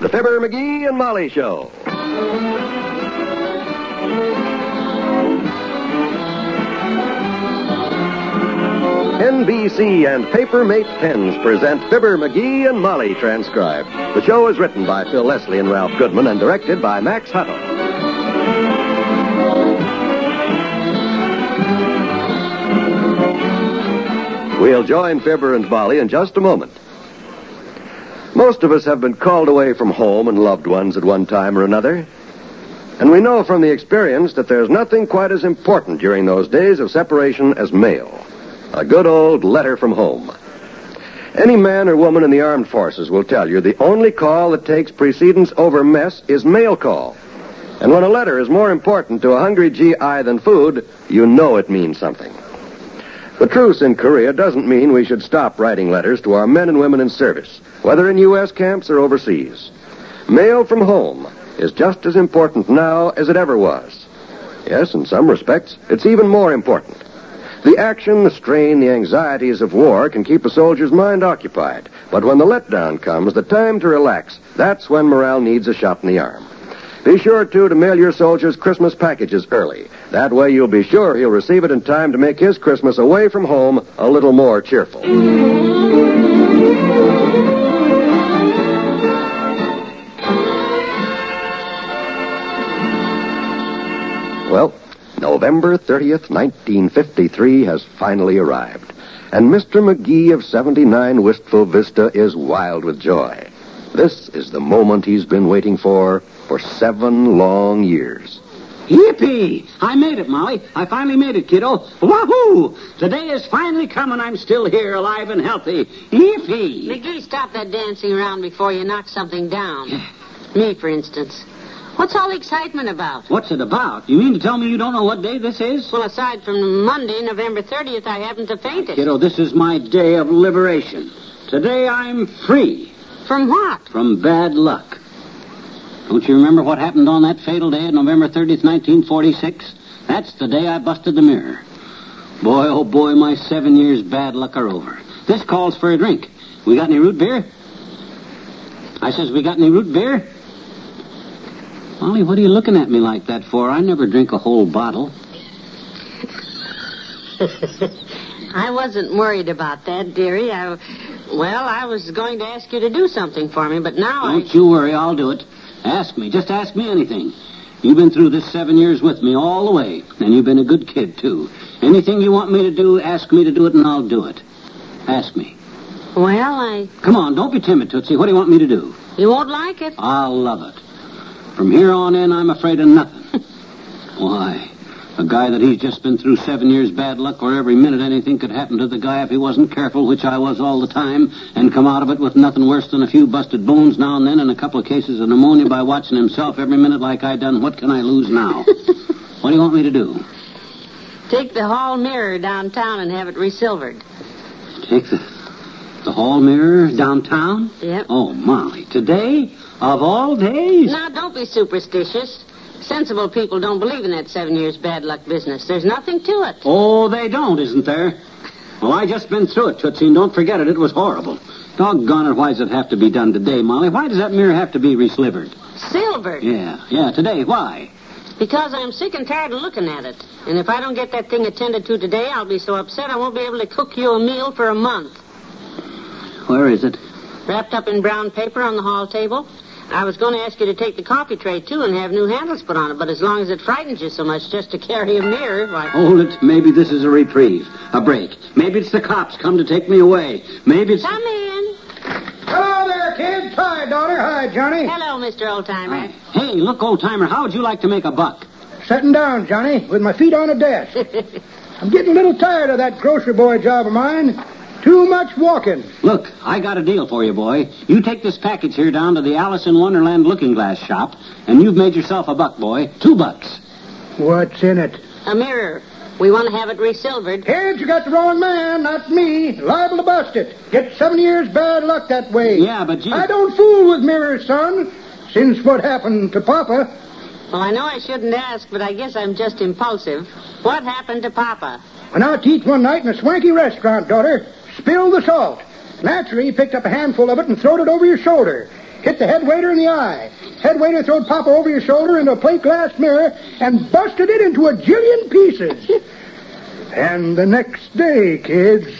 The Fibber, McGee, and Molly Show. NBC and Paper Mate Pens present Fibber, McGee, and Molly transcribed. The show is written by Phil Leslie and Ralph Goodman and directed by Max Hutto. We'll join Fibber and Molly in just a moment. Most of us have been called away from home and loved ones at one time or another. And we know from the experience that there's nothing quite as important during those days of separation as mail. A good old letter from home. Any man or woman in the armed forces will tell you the only call that takes precedence over mess is mail call. And when a letter is more important to a hungry GI than food, you know it means something. The truce in Korea doesn't mean we should stop writing letters to our men and women in service, whether in U.S. camps or overseas. Mail from home is just as important now as it ever was. Yes, in some respects, it's even more important. The action, the strain, the anxieties of war can keep a soldier's mind occupied. But when the letdown comes, the time to relax, that's when morale needs a shot in the arm. Be sure, too, to mail your soldiers Christmas packages early. That way you'll be sure he'll receive it in time to make his Christmas away from home a little more cheerful. Well, November 30th, 1953 has finally arrived. And Mr. McGee of 79 Wistful Vista is wild with joy. This is the moment he's been waiting for for seven long years. Yippee! I made it, Molly. I finally made it, kiddo. Wahoo! The day has finally come and I'm still here, alive and healthy. Yippee! McGee, stop that dancing around before you knock something down. Me, for instance. What's all the excitement about? What's it about? You mean to tell me you don't know what day this is? Well, aside from Monday, November 30th, I haven't the faintest. Kiddo, this is my day of liberation. Today I'm free From what? from bad luck. Don't you remember what happened on that fatal day of November 30th, 1946? That's the day I busted the mirror. Boy, oh boy, my seven years bad luck are over. This calls for a drink. We got any root beer? I says, we got any root beer? Molly, what are you looking at me like that for? I never drink a whole bottle. I wasn't worried about that, dearie. I, well, I was going to ask you to do something for me, but now I. Don't you worry, I'll do it. Ask me, just ask me anything. You've been through this seven years with me all the way, and you've been a good kid, too. Anything you want me to do, ask me to do it, and I'll do it. Ask me. Well, I. Come on, don't be timid, Tootsie. What do you want me to do? You won't like it. I'll love it. From here on in, I'm afraid of nothing. Why? A guy that he's just been through seven years bad luck where every minute anything could happen to the guy if he wasn't careful, which I was all the time, and come out of it with nothing worse than a few busted bones now and then and a couple of cases of pneumonia by watching himself every minute like I done. What can I lose now? what do you want me to do? Take the hall mirror downtown and have it resilvered. Take the, the hall mirror downtown? Yep. Oh, Molly, today? Of all days? Now, don't be superstitious. Sensible people don't believe in that seven years bad luck business. There's nothing to it. Oh, they don't, isn't there? Well, I just been through it, Tootsie, and don't forget it. It was horrible. Doggone it, why does it have to be done today, Molly? Why does that mirror have to be reslivered? Silvered. Yeah, yeah, today. Why? Because I'm sick and tired of looking at it. And if I don't get that thing attended to today, I'll be so upset I won't be able to cook you a meal for a month. Where is it? Wrapped up in brown paper on the hall table. I was going to ask you to take the coffee tray, too, and have new handles put on it, but as long as it frightens you so much just to carry a mirror, why. Hold it. Maybe this is a reprieve, a break. Maybe it's the cops come to take me away. Maybe it's. Come in. Hello there, kids. Hi, daughter. Hi, Johnny. Hello, Mr. Oldtimer. Hey, look, old timer. How would you like to make a buck? Sitting down, Johnny, with my feet on a desk. I'm getting a little tired of that grocery boy job of mine. Too much walking. Look, I got a deal for you, boy. You take this package here down to the Alice in Wonderland looking glass shop, and you've made yourself a buck, boy. Two bucks. What's in it? A mirror. We want to have it resilvered. Kids, you got the wrong man, not me. Liable to bust it. Get seven years bad luck that way. Yeah, but you- I don't fool with mirrors, son. Since what happened to Papa, Well, I know I shouldn't ask, but I guess I'm just impulsive. What happened to Papa? went out to eat one night in a swanky restaurant, daughter. Spilled the salt. Naturally, you picked up a handful of it and throwed it over your shoulder. hit the head waiter in the eye. Head waiter throwed Papa over your shoulder into a plate glass mirror and busted it into a jillion pieces. and the next day, kids,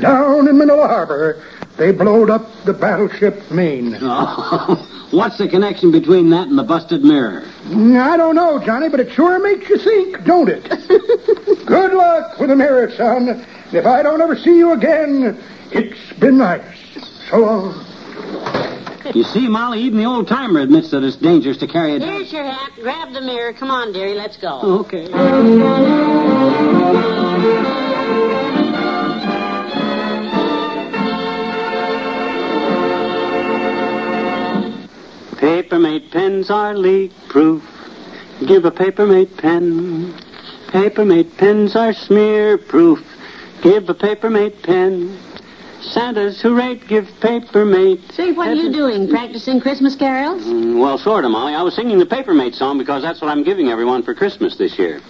down in Manila Harbor, they blowed up the battleship Maine. Oh, what's the connection between that and the busted mirror? Mm, I don't know, Johnny, but it sure makes you think, don't it? Good luck with the mirror, son. And If I don't ever see you again, it's been nice. So long. You see, Molly, even the old timer admits that it's dangerous to carry it. Here's your hat. Grab the mirror. Come on, dearie. Let's go. Okay. Papermate pens are leak proof. Give a papermate pen. Papermate pens are smear proof. Give a papermate pen. Santa's hooray, give papermate. Say, what are you doing? Practicing Christmas carols? Mm, Well, sort of, Molly. I was singing the Papermate song because that's what I'm giving everyone for Christmas this year.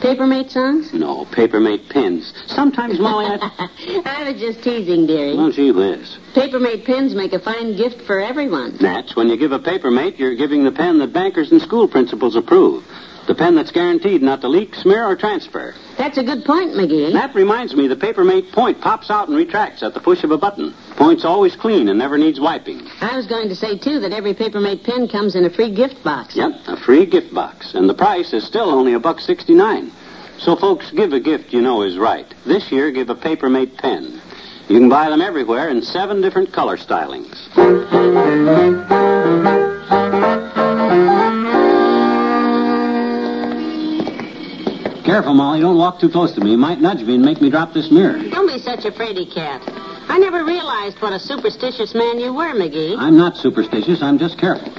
Papermate songs? No, Papermate pens. Sometimes, Molly, I... I was just teasing, dearie. Well, gee whiz. Papermate pens make a fine gift for everyone. That's when you give a Papermate, you're giving the pen that bankers and school principals approve. The pen that's guaranteed not to leak, smear, or transfer. That's a good point, McGee. That reminds me, the Papermate point pops out and retracts at the push of a button. Point's always clean and never needs wiping. I was going to say, too, that every Papermate pen comes in a free gift box. Yep, a free gift box, and the price is still only a buck sixty-nine. So, folks, give a gift you know is right. This year, give a Papermate pen. You can buy them everywhere in seven different color stylings. Careful, Molly. Don't walk too close to me. You might nudge me and make me drop this mirror. Don't be such a fraidy cat. I never realized what a superstitious man you were, McGee. I'm not superstitious. I'm just careful.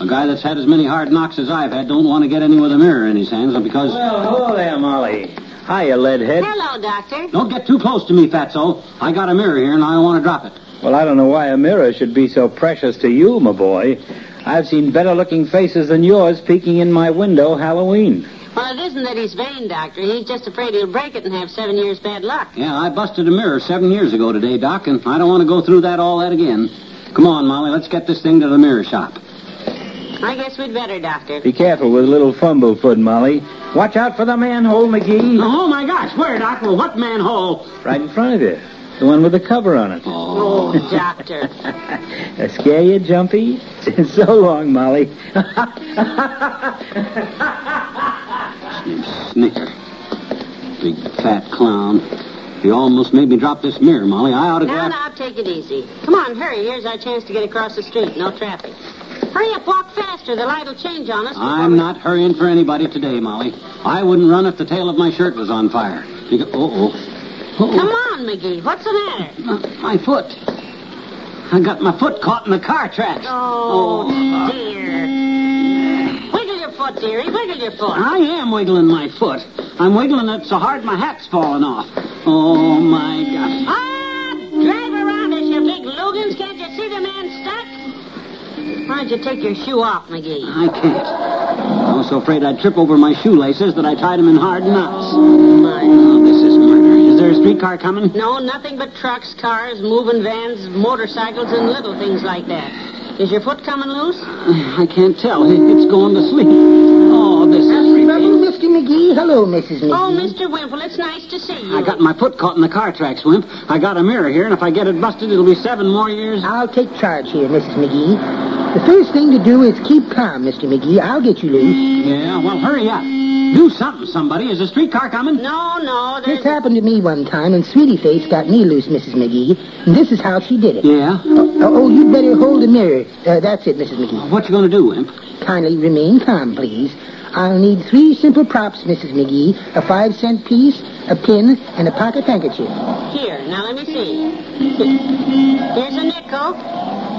A guy that's had as many hard knocks as I've had don't want to get any with a mirror in his hands because... Well, hello there, Molly. Hiya, Leadhead. Hello, Doctor. Don't get too close to me, Fatso. I got a mirror here and I don't want to drop it. Well, I don't know why a mirror should be so precious to you, my boy. I've seen better looking faces than yours peeking in my window Halloween. Well, it isn't that he's vain, Doctor. He's just afraid he'll break it and have seven years bad luck. Yeah, I busted a mirror seven years ago today, Doc, and I don't want to go through that all that again. Come on, Molly, let's get this thing to the mirror shop. I guess we'd better, Doctor. Be careful with little fumblefoot, Molly. Watch out for the manhole, McGee. Oh, my gosh, where, Doc? Well, what manhole? Right in front of you. The one with the cover on it. Oh, Doctor. Uh, scare you, Jumpy? so long, Molly. You snicker. Big fat clown. You almost made me drop this mirror, Molly. I ought to Now, grab... now, take it easy. Come on, hurry. Here's our chance to get across the street. No traffic. Hurry up, walk faster. The light'll change on us. before I'm we- not hurrying for anybody today, Molly. I wouldn't run if the tail of my shirt was on fire. You go, uh-oh. Uh-oh. Come on, McGee. What's the matter? Uh, my foot. I got my foot caught in the car tracks. Oh, uh, dear. Wiggle your foot, dearie. Wiggle your foot. I am wiggling my foot. I'm wiggling it so hard my hat's falling off. Oh, my gosh. Ah, drive around us, you big Lugans. Can't you see the man stuck? Why'd you take your shoe off, McGee? I can't. I was so afraid I'd trip over my shoelaces that I tied them in hard knots. My. Oh, this is murder. Is there a streetcar coming? No, nothing but trucks, cars, moving vans, motorcycles, and little things like that. Is your foot coming loose? I can't tell. It- It's going to sleep. Oh, this is... Mr. McGee. Hello, Mrs. McGee. Oh, Mr. Wimple, it's nice to see you. Mm-hmm. I got my foot caught in the car tracks, Wimp. I got a mirror here, and if I get it busted, it'll be seven more years. I'll take charge here, Mrs. McGee. The first thing to do is keep calm, Mr. McGee. I'll get you loose. Yeah, well, hurry up. Do something, somebody. Is a streetcar coming? No, no, This there's... happened to me one time, and Sweetie Face got me loose, Mrs. McGee. And this is how she did it. Yeah. Oh, oh, you'd better hold the mirror. Uh, that's it, Mrs. McGee. What you gonna do, Wimp? Kindly remain calm, please. I'll need three simple props, Mrs. McGee. A five-cent piece, a pin, and a pocket handkerchief. Here, now let me see. Here's a nickel,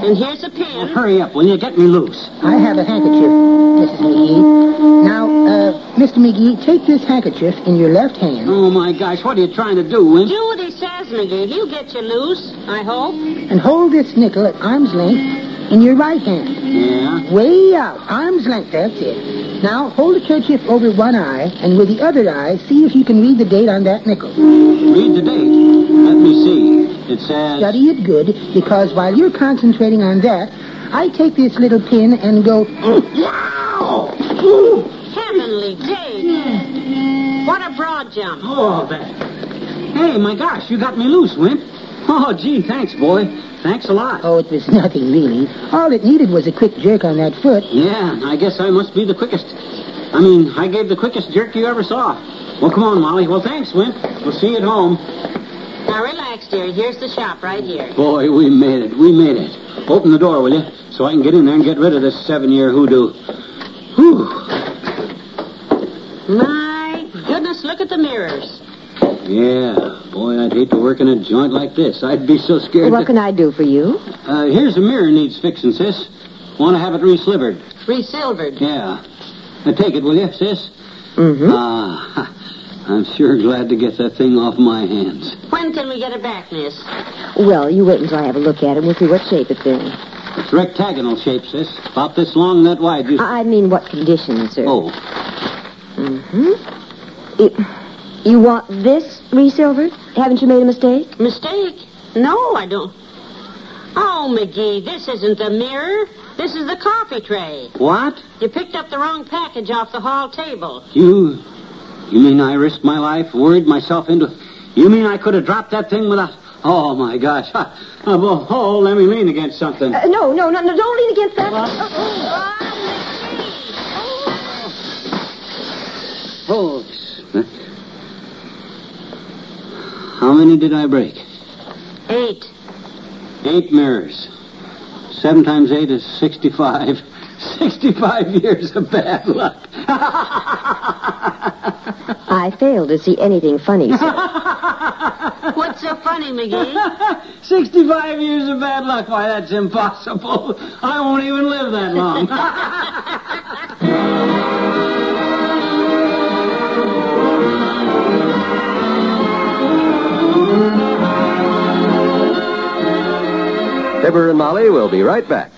and here's a Well, pin. hurry up, will you? Get me loose. I have a handkerchief, Mrs. McGee. Now, uh, Mr. McGee, take this handkerchief in your left hand Oh my gosh, what are you trying to do, Wimp? Do what he says, McGee. He'll get you loose, I hope. and hold this nickel at arm's length in your right hand. Yeah. Way out, arm's length, that's it. Now, hold the kerchief over one eye, and with the other eye, see if you can read the date on that nickel. Read the date. Let me see. It says Study it good, because while you're concentrating on that, I take this little pin and go. Heavenly days. What a broad jump. Oh, that. Hey, my gosh, you got me loose, Wimp. Oh, gee, thanks, boy. Thanks a lot. Oh, it was nothing really. All it needed was a quick jerk on that foot. Yeah, I guess I must be the quickest. I mean, I gave the quickest jerk you ever saw. Well, come on, Molly. Well, thanks, Wimp. We'll see you at home. Now relax, dearie. Here's the shop right here. Boy, we made it. We made it. Open the door, will you? So I can get in there and get rid of this seven-year hoodoo. Whew. My goodness, look at the mirrors. Yeah, boy, I'd hate to work in a joint like this. I'd be so scared. What to- can I do for you? Uh, here's a mirror needs fixing, sis. Want to have it re-slivered? Resilvered. Yeah. Now take it, will you, sis? Mm-hmm. Ah, I'm sure glad to get that thing off my hands. When can we get it back, miss? Well, you wait until I have a look at it and we'll see what shape it's in. It's rectagonal shape, sis. About this long, that wide. You... I I mean, what condition, sir? Oh, Mm-hmm. You, you want this resilvered? Haven't you made a mistake? Mistake? No, I don't. Oh, McGee, this isn't the mirror. This is the coffee tray. what? You picked up the wrong package off the hall table. You, you mean I risked my life, worried myself into? You mean I could have dropped that thing without? Oh my gosh! Ha. Oh, well, oh, let me lean against something. Uh, no, no, no, no, don't lean against that. oh, Oh, how many did I break? Eight. Eight mirrors. Seven times eight is sixty-five. Sixty-five years of bad luck. I fail to see anything funny, sir. What's so funny, McGee? 65 years of bad luck. Why, that's impossible. I won't even live that long. Fibber and Molly will be right back.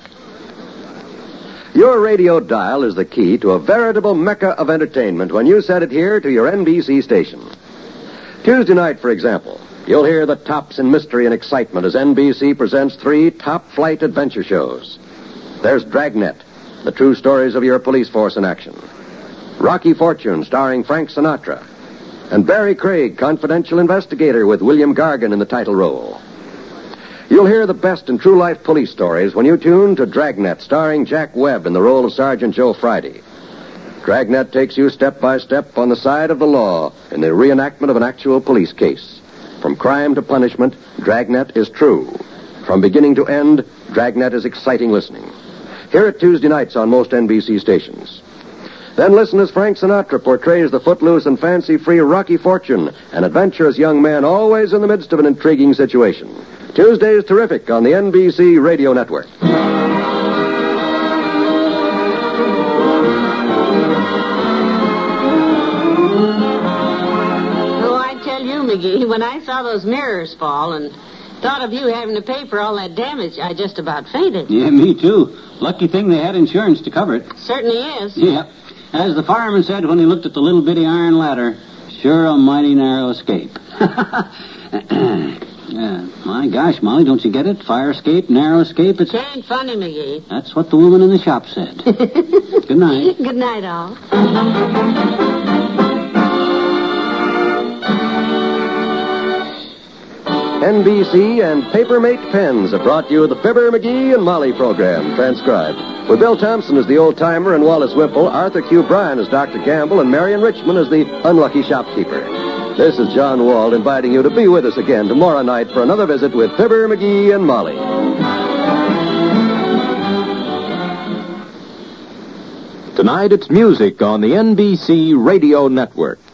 Your radio dial is the key to a veritable mecca of entertainment when you set it here to your NBC station. Tuesday night, for example, you'll hear the tops in mystery and excitement as NBC presents three top flight adventure shows. There's Dragnet, the true stories of your police force in action. Rocky Fortune, starring Frank Sinatra. And Barry Craig, confidential investigator with William Gargan in the title role. You'll hear the best in true life police stories when you tune to Dragnet, starring Jack Webb in the role of Sergeant Joe Friday. Dragnet takes you step by step on the side of the law in the reenactment of an actual police case. From crime to punishment, Dragnet is true. From beginning to end, Dragnet is exciting listening. Hear it Tuesday nights on most NBC stations. Then listen as Frank Sinatra portrays the footloose and fancy free Rocky Fortune, an adventurous young man always in the midst of an intriguing situation. Tuesday's Terrific on the NBC Radio Network. Oh, I tell you, McGee, when I saw those mirrors fall and thought of you having to pay for all that damage, I just about fainted. yeah, me too. Lucky thing they had insurance to cover it. Certainly is. Yeah. As the fireman said when he looked at the little bitty iron ladder, sure a mighty narrow escape. Yeah, my gosh, Molly, don't you get it? Fire escape, narrow escape, it's... It ain't funny, McGee. That's what the woman in the shop said. Good night. Good night, all. NBC and Papermate Pens have brought you the Fibber, McGee, and Molly program, transcribed. With Bill Thompson as the old timer and Wallace Wimple, Arthur Q. Bryan as Dr. Gamble, and Marion Richmond as the unlucky shopkeeper. This is John Wald inviting you to be with us again tomorrow night for another visit with Fibber, McGee, and Molly. Tonight it's music on the NBC Radio Network.